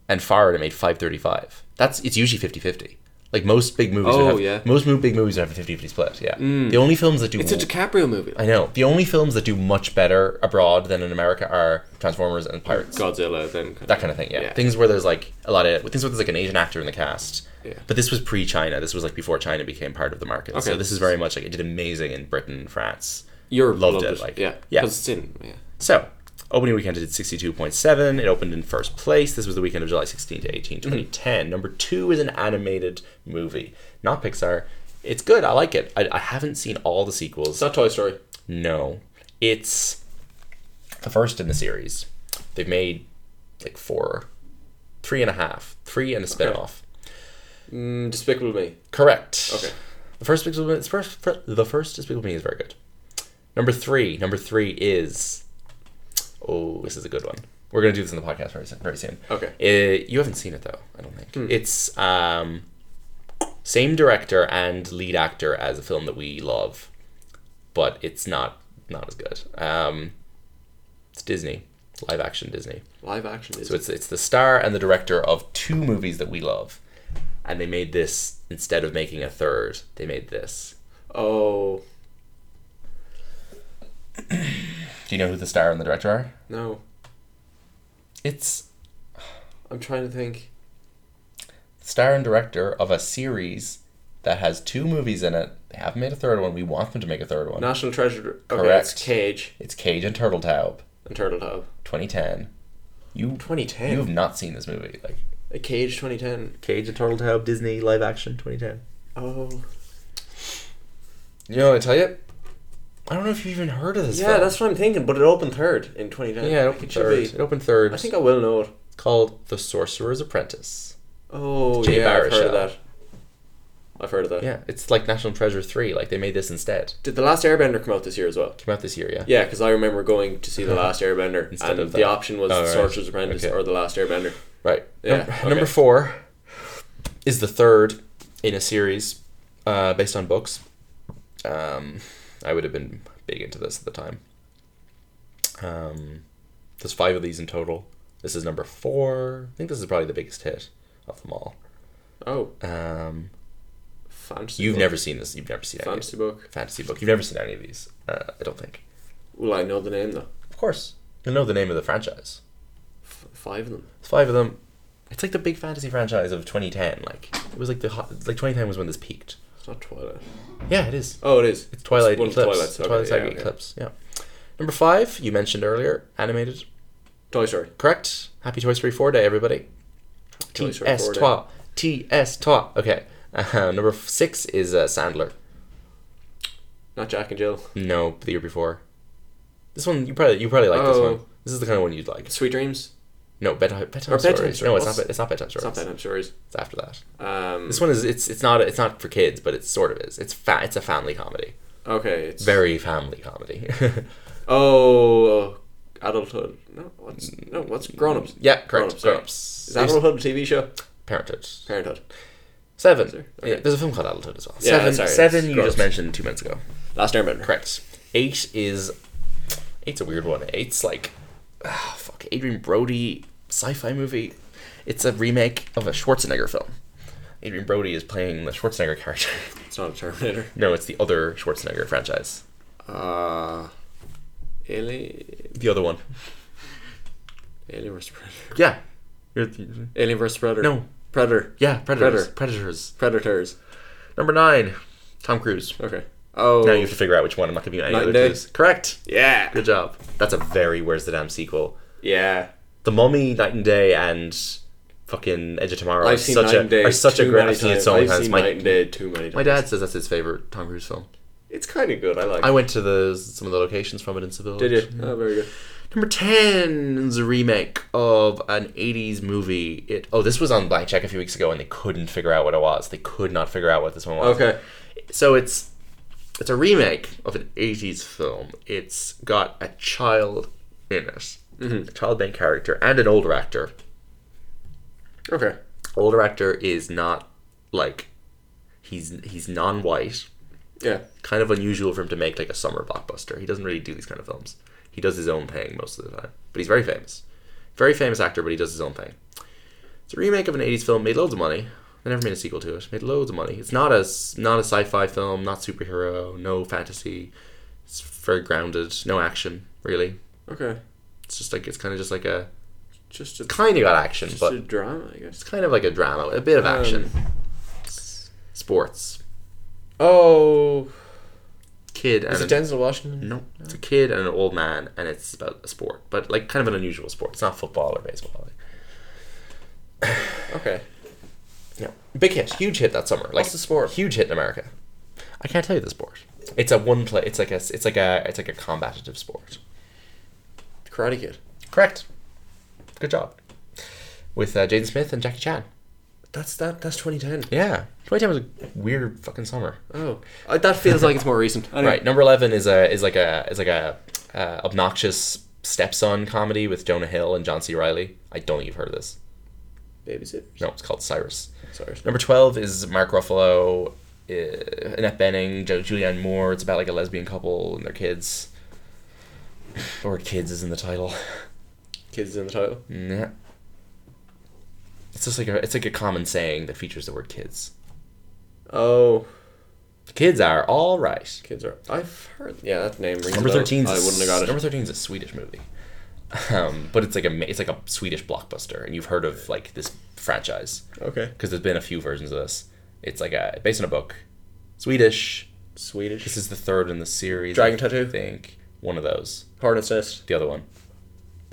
[SPEAKER 6] and Farad it made 535. That's it's usually 50-50. Like most big movies
[SPEAKER 7] Oh,
[SPEAKER 6] would have
[SPEAKER 7] yeah. Mm.
[SPEAKER 6] most mo- big movies would have a 50-50 split, yeah. The only films that do
[SPEAKER 7] It's a DiCaprio movie.
[SPEAKER 6] I know. The only films that do much better abroad than in America are Transformers and Pirates.
[SPEAKER 7] Godzilla, then
[SPEAKER 6] That kind of thing, yeah.
[SPEAKER 7] Yeah.
[SPEAKER 6] Things where there's like a lot of things where there's like an Asian actor in the cast.
[SPEAKER 7] Yeah.
[SPEAKER 6] But this was pre-China. This was like before China became part of the market. So
[SPEAKER 7] Okay.
[SPEAKER 6] this is very much like it did amazing in Britain, France.
[SPEAKER 7] Europe
[SPEAKER 6] Loved
[SPEAKER 7] loved,
[SPEAKER 6] it,
[SPEAKER 7] it.
[SPEAKER 6] like-
[SPEAKER 7] yeah,
[SPEAKER 6] yeah.
[SPEAKER 7] because it's in. Yeah.
[SPEAKER 6] So, opening weekend it did 62.7. It opened in first place. This was the weekend of July 16 to 18,
[SPEAKER 7] Mm-hmm.
[SPEAKER 6] 2010. Number two is an animated movie, not Pixar. It's good. I like it. I, I haven't seen all the sequels.
[SPEAKER 7] It's not Toy Story.
[SPEAKER 6] No, it's the first in the series. They've made like four, three and a half, three and a spin off.
[SPEAKER 7] Mm, Despicable Me.
[SPEAKER 6] Correct.
[SPEAKER 7] Okay.
[SPEAKER 6] The first Despicable Me, it's first, fir- the first Despicable Me is very good. Number three, number three is, oh, this is a good one. We're gonna do this in the podcast very soon. Very soon.
[SPEAKER 7] Okay. Hmm.
[SPEAKER 6] Uh, you haven't seen it though, I don't think. It's um, same director and lead actor as a film that we love, but it's not not as good. Um, it's Disney, live action Disney.
[SPEAKER 7] Live action. Is
[SPEAKER 6] So it's it's the star and the director of two movies that we love, and they made this instead of making a third. They made this.
[SPEAKER 7] oh
[SPEAKER 6] Do you know who the star and the director are?
[SPEAKER 7] no,
[SPEAKER 6] It's
[SPEAKER 7] I'm trying to think.
[SPEAKER 6] the star and director of a series that has two movies in it. They haven't made a third one. We want them to make a third one.
[SPEAKER 7] National Treasure. Okay,
[SPEAKER 6] Correct.
[SPEAKER 7] It's Cage
[SPEAKER 6] It's Cage and Turtle Taub,
[SPEAKER 7] and Turtle Dove.
[SPEAKER 6] 2010. You
[SPEAKER 7] 2010.
[SPEAKER 6] You have not seen this movie, like
[SPEAKER 7] A Cage 2010.
[SPEAKER 6] Cage and Turtle Taub Disney live action 2010.
[SPEAKER 7] Oh.
[SPEAKER 6] You know what I tell you? I don't know if you've even heard of this.
[SPEAKER 7] Yeah,
[SPEAKER 6] film.
[SPEAKER 7] that's what I'm thinking. But it opened third in 2010.
[SPEAKER 6] yeah. It opened
[SPEAKER 7] should
[SPEAKER 6] third.
[SPEAKER 7] be.
[SPEAKER 6] It opened third.
[SPEAKER 7] I think I will know it.
[SPEAKER 6] called The Sorcerer's Apprentice.
[SPEAKER 7] Oh
[SPEAKER 6] Jay
[SPEAKER 7] yeah, I've heard
[SPEAKER 6] Baruchel.
[SPEAKER 7] of that. I've heard of that.
[SPEAKER 6] Yeah, it's like National Treasure 3. Like, they made this instead.
[SPEAKER 7] Did the Last Airbender come out this year as well?
[SPEAKER 6] Came out this year, yeah?
[SPEAKER 7] Yeah, because I remember going to see the Last Airbender,
[SPEAKER 6] Uh-huh. (laughs) Instead
[SPEAKER 7] and
[SPEAKER 6] of
[SPEAKER 7] the
[SPEAKER 6] that.
[SPEAKER 7] option was
[SPEAKER 6] Oh,
[SPEAKER 7] The
[SPEAKER 6] right.
[SPEAKER 7] Sorcerer's Apprentice
[SPEAKER 6] Okay.
[SPEAKER 7] or the Last Airbender.
[SPEAKER 6] Right.
[SPEAKER 7] Yeah,
[SPEAKER 6] Num-
[SPEAKER 7] okay.
[SPEAKER 6] Number four is the third in a series uh, based on books. Um, I would have been big into this at the time. Um, there's five of these in total. This is number four. I think this is probably the biggest hit of them all.
[SPEAKER 7] Oh,
[SPEAKER 6] Um,
[SPEAKER 7] fantasy.
[SPEAKER 6] you've
[SPEAKER 7] book.
[SPEAKER 6] never seen this. You've never seen any of
[SPEAKER 7] fantasy book.
[SPEAKER 6] fantasy book. You've never seen any of these. Uh, I don't think.
[SPEAKER 7] Well, I know the name though.
[SPEAKER 6] Of course, you'll know the name of the franchise.
[SPEAKER 7] F- five of them.
[SPEAKER 6] It's five of them. It's like the big fantasy franchise of 2010. Like it was like the hot, like 2010 was when this peaked.
[SPEAKER 7] It's not Twilight.
[SPEAKER 6] Yeah, it is.
[SPEAKER 7] Oh, it is.
[SPEAKER 6] It's Twilight
[SPEAKER 7] one of
[SPEAKER 6] Eclipse.
[SPEAKER 7] Twilight's, okay,
[SPEAKER 6] Twilight Saga
[SPEAKER 7] yeah, okay.
[SPEAKER 6] Eclipse. Yeah. Number five, you mentioned earlier, animated.
[SPEAKER 7] Toy Story.
[SPEAKER 6] Correct. Happy Toy Story 4 Day, everybody.
[SPEAKER 7] Toy
[SPEAKER 6] T
[SPEAKER 7] Story
[SPEAKER 6] S
[SPEAKER 7] 4 Day.
[SPEAKER 6] Trois. T S Trois. Okay. Uh, number f- six is uh, Sandler.
[SPEAKER 7] Not Jack and Jill.
[SPEAKER 6] No, the year before. This one you probably you probably like this
[SPEAKER 7] Oh.
[SPEAKER 6] one. This is the kind of one you'd like.
[SPEAKER 7] Sweet Dreams.
[SPEAKER 6] No, bedtime, bedtime,
[SPEAKER 7] Or bedtime
[SPEAKER 6] stories.
[SPEAKER 7] story.
[SPEAKER 6] No, it's not.
[SPEAKER 7] What's-
[SPEAKER 6] bed- It's not bedtime stories.
[SPEAKER 7] It's not bedtime stories.
[SPEAKER 6] It's after that.
[SPEAKER 7] Um,
[SPEAKER 6] This one is it's it's not it's not for kids, but it sort of is. It's fa- it's a family comedy,
[SPEAKER 7] okay. It's
[SPEAKER 6] very family comedy. (laughs)
[SPEAKER 7] Oh, adulthood. No, what's no? What's grown ups?
[SPEAKER 6] yeah, correct.
[SPEAKER 7] Grown-ups,
[SPEAKER 6] Grown
[SPEAKER 7] sorry.
[SPEAKER 6] ups.
[SPEAKER 7] Is adulthood a TV show?
[SPEAKER 6] Parenthood.
[SPEAKER 7] Parenthood.
[SPEAKER 6] Seven.
[SPEAKER 7] there?
[SPEAKER 6] Yeah,
[SPEAKER 7] Okay.
[SPEAKER 6] there's a film called Adulthood as well.
[SPEAKER 7] Yeah,
[SPEAKER 6] seven.
[SPEAKER 7] sorry,
[SPEAKER 6] seven.
[SPEAKER 7] it's
[SPEAKER 6] You
[SPEAKER 7] grown-ups.
[SPEAKER 6] just mentioned two minutes ago.
[SPEAKER 7] Last Airbender.
[SPEAKER 6] Correct. Eight is eight's a weird one. Eight's like ah, fuck Adrian Brody sci-fi movie. It's a remake of a Schwarzenegger film. Adrian Brody is playing the Schwarzenegger character. (laughs)
[SPEAKER 7] It's not a Terminator.
[SPEAKER 6] no, it's the other Schwarzenegger franchise.
[SPEAKER 7] Uh, Alien,
[SPEAKER 6] The other one.
[SPEAKER 7] Alien vs Predator.
[SPEAKER 6] Yeah.
[SPEAKER 7] Alien vs Predator.
[SPEAKER 6] No.
[SPEAKER 7] Predator.
[SPEAKER 6] Yeah, Predators.
[SPEAKER 7] Predator.
[SPEAKER 6] Predators.
[SPEAKER 7] Predators.
[SPEAKER 6] Number nine, Tom Cruise.
[SPEAKER 7] Okay. Oh.
[SPEAKER 6] Now you have to figure out which one. I'm not giving you any
[SPEAKER 7] Night
[SPEAKER 6] other
[SPEAKER 7] and Day.
[SPEAKER 6] clues. Correct.
[SPEAKER 7] yeah.
[SPEAKER 6] Good job. That's a very Where's the Damn sequel.
[SPEAKER 7] Yeah.
[SPEAKER 6] The Mummy, Night and Day, and fucking Edge of Tomorrow are
[SPEAKER 7] I've seen
[SPEAKER 6] such
[SPEAKER 7] Night
[SPEAKER 6] a
[SPEAKER 7] and Day
[SPEAKER 6] are such a
[SPEAKER 7] too
[SPEAKER 6] great.
[SPEAKER 7] many
[SPEAKER 6] I've seen it
[SPEAKER 7] times.
[SPEAKER 6] so many
[SPEAKER 7] I've
[SPEAKER 6] times.
[SPEAKER 7] seen Night
[SPEAKER 6] My,
[SPEAKER 7] and Day too many times.
[SPEAKER 6] my dad says that's his favorite Tom Cruise film.
[SPEAKER 7] It's kind of good. I like.
[SPEAKER 6] I went to the some of the locations from it in Seville.
[SPEAKER 7] Did you? Oh, very good.
[SPEAKER 6] Number ten is a remake of an '80s movie. It oh, this was on Blank Check a few weeks ago, and they couldn't figure out what it was. They could not figure out what this one was.
[SPEAKER 7] Okay.
[SPEAKER 6] so it's it's a remake of an 80s film it's got a child in it a child main character and an older actor
[SPEAKER 7] Okay.
[SPEAKER 6] older actor is not like he's he's non-white
[SPEAKER 7] Yeah.
[SPEAKER 6] kind of unusual for him to make like a summer blockbuster he doesn't really do these kind of films He does his own thing most of the time, but he's very famous. Very famous actor, but he does his own thing. It's a remake of an 80s film, made loads of money. They never made a sequel to it. Made loads of money. It's not a s- not a sci-fi film, not superhero, no fantasy. It's very grounded, no action really.
[SPEAKER 7] Okay.
[SPEAKER 6] It's just like it's kind of just like a
[SPEAKER 7] Just
[SPEAKER 6] (laughs)
[SPEAKER 7] a,
[SPEAKER 6] kind of got action,
[SPEAKER 7] just
[SPEAKER 6] but
[SPEAKER 7] a drama, I
[SPEAKER 6] it's
[SPEAKER 7] guess.
[SPEAKER 6] kind of like a drama, a bit of
[SPEAKER 7] Um,
[SPEAKER 6] action. S- Sports,
[SPEAKER 7] Oh,
[SPEAKER 6] kid, and
[SPEAKER 7] is it
[SPEAKER 6] an-
[SPEAKER 7] Denzel Washington?
[SPEAKER 6] no, it's a kid and an old man, and it's about a sport, but like kind of an unusual sport. It's not football or baseball. (sighs) Like,
[SPEAKER 7] Okay.
[SPEAKER 6] yeah, big hit, huge hit that summer. Like
[SPEAKER 7] What's the sport?
[SPEAKER 6] Huge hit in America. I can't tell you the sport. It's a one play. It's like a. It's like a. It's like a combative sport.
[SPEAKER 7] Karate Kid.
[SPEAKER 6] Correct. Good job. With uh, Jaden Smith and Jackie Chan.
[SPEAKER 7] That's that. That's 2010.
[SPEAKER 6] Yeah, 2010 was a weird fucking summer.
[SPEAKER 7] Oh, Uh, that feels like it's more
[SPEAKER 6] (laughs)
[SPEAKER 7] recent.
[SPEAKER 6] Right. Number eleven is a is like a is like a uh, obnoxious stepson comedy with Jonah Hill and John C. Riley. I don't think you've heard of this.
[SPEAKER 7] Babysitters.
[SPEAKER 6] No, it's called Cyrus.
[SPEAKER 7] Sorry.
[SPEAKER 6] Number twelve is Mark Ruffalo, uh, Annette Benning, jo- Julianne Moore. It's about like a lesbian couple and their kids. (sighs) Or kids is in the title.
[SPEAKER 7] Kids in the title.
[SPEAKER 6] Yeah. It's just like a it's like a common saying that features the word kids.
[SPEAKER 7] Oh,
[SPEAKER 6] Kids are all right.
[SPEAKER 7] kids are. I've heard. Yeah, that name rings.
[SPEAKER 6] Number
[SPEAKER 7] a bell.
[SPEAKER 6] thirteen.
[SPEAKER 7] I wouldn't have got it.
[SPEAKER 6] Number thirteen is a Swedish movie, um, but it's like a ma- it's like a Swedish blockbuster, and you've heard of like this franchise
[SPEAKER 7] okay.
[SPEAKER 6] because there's been a few versions of this. It's like a based on a book, Swedish.
[SPEAKER 7] Swedish.
[SPEAKER 6] This is the third in the series.
[SPEAKER 7] Dragon
[SPEAKER 6] I
[SPEAKER 7] Tattoo?
[SPEAKER 6] think one of those.
[SPEAKER 7] Hornet's Nest.
[SPEAKER 6] The other one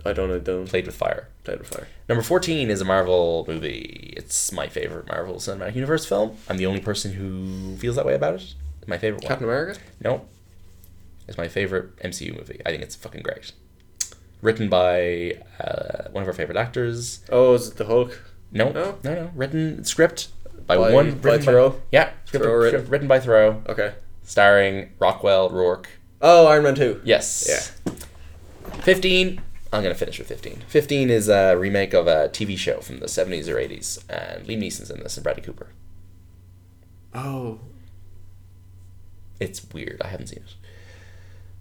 [SPEAKER 7] I don't know. Don't play
[SPEAKER 6] played with fire.
[SPEAKER 7] Played with Fire.
[SPEAKER 6] Number fourteen is a Marvel movie. It's my favorite Marvel Cinematic Universe film. I'm the only person who feels that way about it. My favorite one.
[SPEAKER 7] Captain America.
[SPEAKER 6] Nope. It's my favorite MCU movie. I think it's fucking great. Written by uh, one of our favorite actors.
[SPEAKER 7] Oh, is it the Hulk?
[SPEAKER 6] No,
[SPEAKER 7] No?
[SPEAKER 6] no, no. Written script by,
[SPEAKER 7] By-
[SPEAKER 6] one.
[SPEAKER 7] by
[SPEAKER 6] written
[SPEAKER 7] Thoreau?
[SPEAKER 6] yeah, script,
[SPEAKER 7] Thoreau
[SPEAKER 6] written.
[SPEAKER 7] written?
[SPEAKER 6] written by Thoreau,
[SPEAKER 7] Okay.
[SPEAKER 6] starring Rockwell Rourke.
[SPEAKER 7] Oh, Iron Man Two.
[SPEAKER 6] Yes. Yeah. Fifteen. I'm gonna finish with fifteen. Fifteen is a remake of a TV show from the '70s or '80s, and Liam Neeson's in this and Bradley Cooper.
[SPEAKER 7] Oh.
[SPEAKER 6] It's weird. I haven't seen it.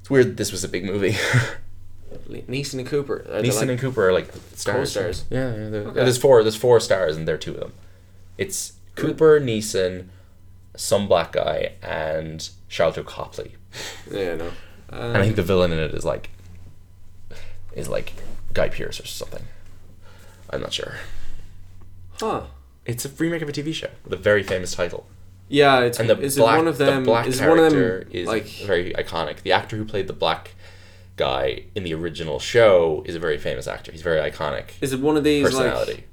[SPEAKER 6] It's weird. that This was a big movie. (laughs)
[SPEAKER 7] Le- Neeson and Cooper. Are they
[SPEAKER 6] Neeson
[SPEAKER 7] like-
[SPEAKER 6] and Cooper are like stars.
[SPEAKER 7] Co-stars.
[SPEAKER 6] Yeah, yeah they're-
[SPEAKER 7] Okay.
[SPEAKER 6] there's four. There's four stars, and there are two of them. It's Cooper, Neeson, some black guy, and Charlotte Copley.
[SPEAKER 7] Yeah, no.
[SPEAKER 6] and I think the villain in it is like is like Guy Pearce or something. I'm not sure.
[SPEAKER 7] Huh.
[SPEAKER 6] It's a remake of a TV show with a very famous title.
[SPEAKER 7] Yeah, it's
[SPEAKER 6] And the
[SPEAKER 7] is
[SPEAKER 6] black,
[SPEAKER 7] it one of them?
[SPEAKER 6] the black
[SPEAKER 7] is one
[SPEAKER 6] character
[SPEAKER 7] of them
[SPEAKER 6] is
[SPEAKER 7] like
[SPEAKER 6] very iconic. The actor who played the black guy in the original show is a very famous actor. He's very iconic.
[SPEAKER 7] is it one of these
[SPEAKER 6] personality.
[SPEAKER 7] like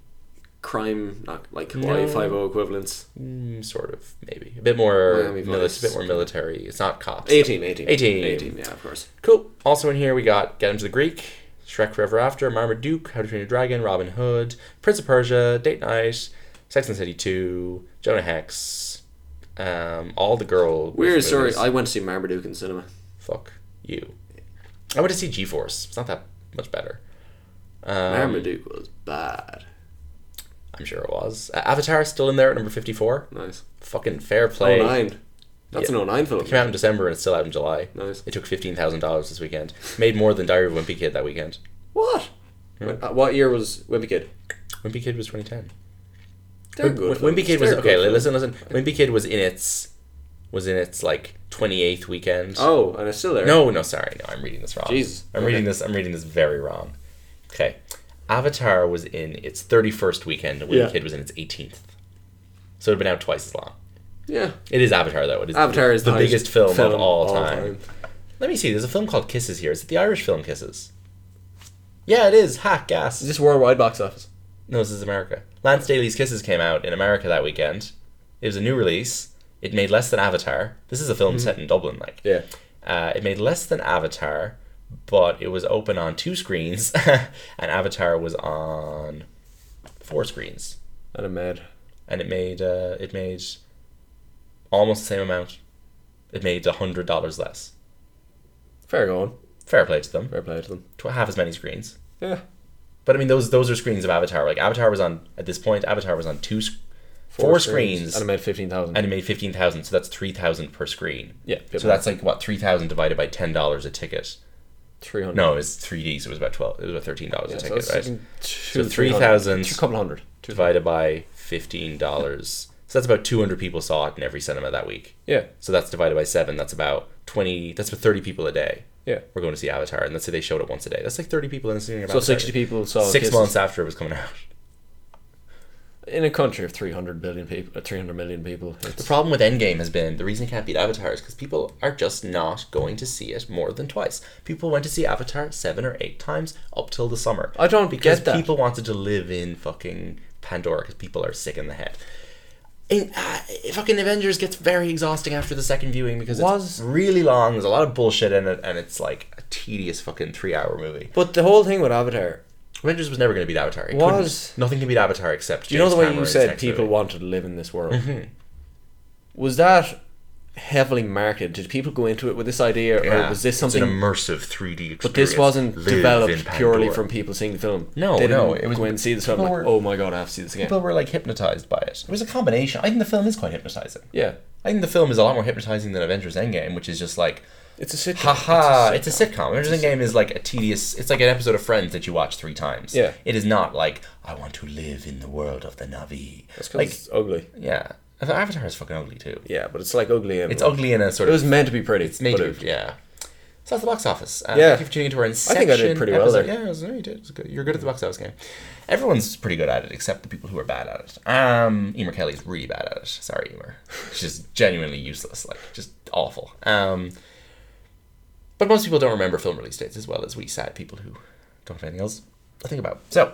[SPEAKER 7] crime not like Hawaii
[SPEAKER 6] No.
[SPEAKER 7] Five O equivalents?
[SPEAKER 6] Mm, sort of maybe a bit more
[SPEAKER 7] Miami
[SPEAKER 6] mili-
[SPEAKER 7] Vice.
[SPEAKER 6] a bit more military it's not cops
[SPEAKER 7] 18, 18.
[SPEAKER 6] 18.
[SPEAKER 7] 18, yeah, of course.
[SPEAKER 6] cool also in here we got get him to the greek shrek forever after marmaduke how to train your dragon robin hood prince of persia date night sex and the city 2 jonah hex um, all the girl
[SPEAKER 7] Weird story.
[SPEAKER 6] movies.
[SPEAKER 7] I went to see Marmaduke in cinema.
[SPEAKER 6] fuck you i went to see g-force it's not that much better um,
[SPEAKER 7] Marmaduke was bad.
[SPEAKER 6] i'm sure it was uh, avatar is still in there at number 54
[SPEAKER 7] Nice.
[SPEAKER 6] fucking fair
[SPEAKER 7] Oh
[SPEAKER 6] play
[SPEAKER 7] nine. That's
[SPEAKER 6] Yeah.
[SPEAKER 7] an 09 film.
[SPEAKER 6] It came out in December and it's still out in July.
[SPEAKER 7] Nice.
[SPEAKER 6] It took fifteen thousand dollars this weekend. Made more than Diary of a Wimpy Kid that weekend.
[SPEAKER 7] What? When- uh, what year was Wimpy Kid?
[SPEAKER 6] Wimpy Kid was twenty ten.
[SPEAKER 7] They're
[SPEAKER 6] Wimpy
[SPEAKER 7] films.
[SPEAKER 6] Kid was
[SPEAKER 7] They're
[SPEAKER 6] okay.
[SPEAKER 7] good films.
[SPEAKER 6] Listen, listen. Wimpy Kid was in its was in its like twenty eighth weekend.
[SPEAKER 7] Oh, and it's still there.
[SPEAKER 6] no, no, sorry, no, I'm reading this wrong.
[SPEAKER 7] Jesus.
[SPEAKER 6] I'm
[SPEAKER 7] Okay.
[SPEAKER 6] reading this. I'm reading this very wrong. Okay, Avatar was in its thirty first weekend. and Wimpy
[SPEAKER 7] Yeah.
[SPEAKER 6] Kid was in its eighteenth. So it'd been out twice as long.
[SPEAKER 7] Yeah.
[SPEAKER 6] It is Avatar though. It is
[SPEAKER 7] Avatar is
[SPEAKER 6] the,
[SPEAKER 7] the highest
[SPEAKER 6] biggest film,
[SPEAKER 7] film
[SPEAKER 6] of all,
[SPEAKER 7] all
[SPEAKER 6] time.
[SPEAKER 7] time.
[SPEAKER 6] Let me see. There's a film called Kisses here. Is it the Irish film Kisses? Yeah, it is. Ha, gas.
[SPEAKER 7] Is this worldwide box office?
[SPEAKER 6] No, this is America. Lance Daly's Kisses came out in America that weekend. It was a new release. It made less than Avatar. This is a film set in Dublin, like.
[SPEAKER 7] Yeah.
[SPEAKER 6] Uh, it made less than Avatar, but it was open on two screens, (laughs) and Avatar was on four screens,
[SPEAKER 7] And a med.
[SPEAKER 6] and it made uh, it made almost the same amount. It made hundred dollars less.
[SPEAKER 7] Fair going.
[SPEAKER 6] Fair play to them.
[SPEAKER 7] Fair play to them.
[SPEAKER 6] Tw- half as many screens.
[SPEAKER 7] Yeah.
[SPEAKER 6] But I mean, those those are screens of Avatar. Like Avatar was on at this point. Avatar was on two, sc- four, screens,
[SPEAKER 7] And a med 15,000.
[SPEAKER 6] and it made fifteen thousand. So that's three thousand per screen.
[SPEAKER 7] Yeah, bit
[SPEAKER 6] So
[SPEAKER 7] more.
[SPEAKER 6] that's like what three thousand divided by ten dollars a ticket.
[SPEAKER 7] Three hundred.
[SPEAKER 6] No, it was 3D, so it was about 12. It was about $13 a
[SPEAKER 7] so
[SPEAKER 6] ticket,
[SPEAKER 7] that's
[SPEAKER 6] right?
[SPEAKER 7] fucking two,
[SPEAKER 6] So
[SPEAKER 7] three hundred.
[SPEAKER 6] 3,000.
[SPEAKER 7] Two couple hundred. Two
[SPEAKER 6] Divided by $15. So that's about 200 people saw it in every cinema that week.
[SPEAKER 7] Yeah,
[SPEAKER 6] So that's divided by seven. That's about 20, that's about 30 people a day.
[SPEAKER 7] yeah.
[SPEAKER 6] We're going to see Avatar, and let's say they showed it once a day. That's like 30 people in a cinema.
[SPEAKER 7] So sixty people saw
[SPEAKER 6] Six
[SPEAKER 7] Kisses
[SPEAKER 6] months after it was coming out.
[SPEAKER 7] in a country of three hundred billion people, three hundred million people.
[SPEAKER 6] The
[SPEAKER 7] It's,
[SPEAKER 6] problem with Endgame has been the reason it can't beat Avatar is because people are just not going to see it more than twice. People went to see Avatar seven or eight times up till the summer.
[SPEAKER 7] I don't
[SPEAKER 6] because
[SPEAKER 7] get that.
[SPEAKER 6] people wanted to live in fucking Pandora because people are sick in the head. And, uh, fucking Avengers gets very exhausting after the second viewing because it's
[SPEAKER 7] Was-
[SPEAKER 6] really long. There's a lot of bullshit in it, and it's like a tedious fucking three-hour movie.
[SPEAKER 7] but the whole thing with Avatar,
[SPEAKER 6] Avengers was never going to beat Avatar. It
[SPEAKER 7] Was-
[SPEAKER 6] couldn't- nothing can beat Avatar except
[SPEAKER 7] you know
[SPEAKER 6] James
[SPEAKER 7] the way you
[SPEAKER 6] Cameron's
[SPEAKER 7] said
[SPEAKER 6] next
[SPEAKER 7] people
[SPEAKER 6] movie.
[SPEAKER 7] wanted to live in this world.
[SPEAKER 6] Mm-hmm.
[SPEAKER 7] Was that heavily marketed? Did people go into it with this idea,
[SPEAKER 6] Yeah,
[SPEAKER 7] or was this
[SPEAKER 6] it's
[SPEAKER 7] something?
[SPEAKER 6] an immersive 3D? Experience.
[SPEAKER 7] but this wasn't
[SPEAKER 6] Live in
[SPEAKER 7] developed purely
[SPEAKER 6] Pandora.
[SPEAKER 7] from people seeing the film.
[SPEAKER 6] No,
[SPEAKER 7] they didn't
[SPEAKER 6] no, it was-
[SPEAKER 7] go and see this film.
[SPEAKER 6] people
[SPEAKER 7] Like,
[SPEAKER 6] were-
[SPEAKER 7] oh my god, I have to see this again.
[SPEAKER 6] people were like hypnotized by it. It was a combination. I think the film is quite hypnotizing.
[SPEAKER 7] Yeah,
[SPEAKER 6] I think the film is a lot more hypnotizing than Avengers Endgame, which is just like,
[SPEAKER 7] it's a sitcom.
[SPEAKER 6] haha, it's a sitcom. Avengers Endgame is like a tedious. It's like an episode of Friends that you watch three times.
[SPEAKER 7] Yeah.
[SPEAKER 6] It is not like I want to live in the world of the Navi.
[SPEAKER 7] It's 'cause
[SPEAKER 6] like
[SPEAKER 7] it's ugly.
[SPEAKER 6] yeah, Avatar is fucking ugly too.
[SPEAKER 7] Yeah, but it's like ugly and
[SPEAKER 6] It's ugly in a sort
[SPEAKER 7] It
[SPEAKER 6] of.
[SPEAKER 7] was meant to be pretty. It's
[SPEAKER 6] made
[SPEAKER 7] made
[SPEAKER 6] to- yeah. So that's the box office. Uh,
[SPEAKER 7] Yeah.
[SPEAKER 6] Thank you for tuning into our Inception.
[SPEAKER 7] I did pretty well
[SPEAKER 6] episode.
[SPEAKER 7] there.
[SPEAKER 6] Yeah, it was, no, you did. It was good. You're good at the box office game. Everyone's pretty good at it, except the people who are bad at it. Um, Emer Kelly's really bad at it. Sorry, Emer. She's just genuinely useless. Like, just awful. Um, but most people don't remember film release dates as well as we sad people who don't have anything else to think about. So,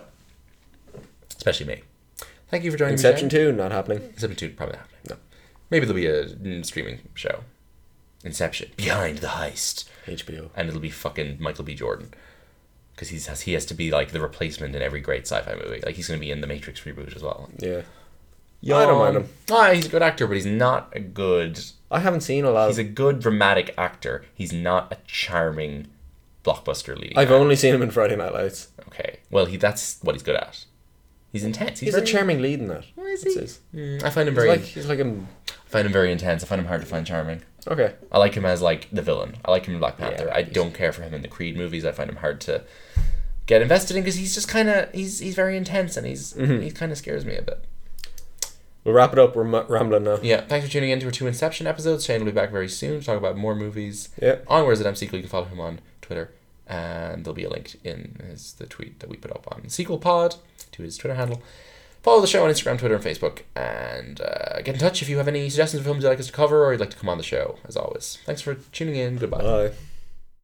[SPEAKER 6] especially me. Thank you for joining
[SPEAKER 7] Inception
[SPEAKER 6] me. today.
[SPEAKER 7] two not happening.
[SPEAKER 6] Inception 2 probably not happening. No. Maybe there'll be a mm, streaming show. Inception. Behind the heist.
[SPEAKER 7] HBO.
[SPEAKER 6] And it'll be fucking Michael B. Jordan. Because he has, he has to be like the replacement in every great sci fi movie. Like he's going to be in the Matrix reboot as well.
[SPEAKER 7] Yeah, I don't mind him.
[SPEAKER 6] Ah, he's a good actor, but he's not a good.
[SPEAKER 7] I haven't seen a lot.
[SPEAKER 6] He's
[SPEAKER 7] Of,
[SPEAKER 6] a good dramatic actor. He's not a charming blockbuster leading.
[SPEAKER 7] I've only seen him in Friday Night Lights.
[SPEAKER 6] actor. okay. Well, he that's what he's good at. He's intense. He's,
[SPEAKER 7] He's a
[SPEAKER 6] very,
[SPEAKER 7] charming lead in that.
[SPEAKER 6] Where is
[SPEAKER 7] It's
[SPEAKER 6] he?
[SPEAKER 7] his-
[SPEAKER 6] Mm, I find him
[SPEAKER 7] He's
[SPEAKER 6] very.
[SPEAKER 7] like he's like a
[SPEAKER 6] I find him very intense. I find him hard to find charming.
[SPEAKER 7] okay.
[SPEAKER 6] I like him as like the villain. I like him in Black Panther.
[SPEAKER 7] Yeah,
[SPEAKER 6] I don't care for him in the Creed movies. I find him hard to get invested in because he's just kind of he's he's very intense and he's
[SPEAKER 7] Mm-hmm.
[SPEAKER 6] he kind of scares me a bit.
[SPEAKER 7] We'll wrap it up. We're mu- rambling now.
[SPEAKER 6] Yeah, thanks for tuning in to our two Inception episodes. Shane will be back very soon to talk about more movies.
[SPEAKER 7] Yeah.
[SPEAKER 6] Onwards at MSequel. You can follow him on Twitter, and there'll be a link in his the tweet that we put up on Sequel Pod to his Twitter handle. Follow the show on Instagram, Twitter, and Facebook, and uh, get in touch if you have any suggestions for films you'd like us to cover or you'd like to come on the show. As always, thanks for tuning in. Goodbye.
[SPEAKER 7] Bye.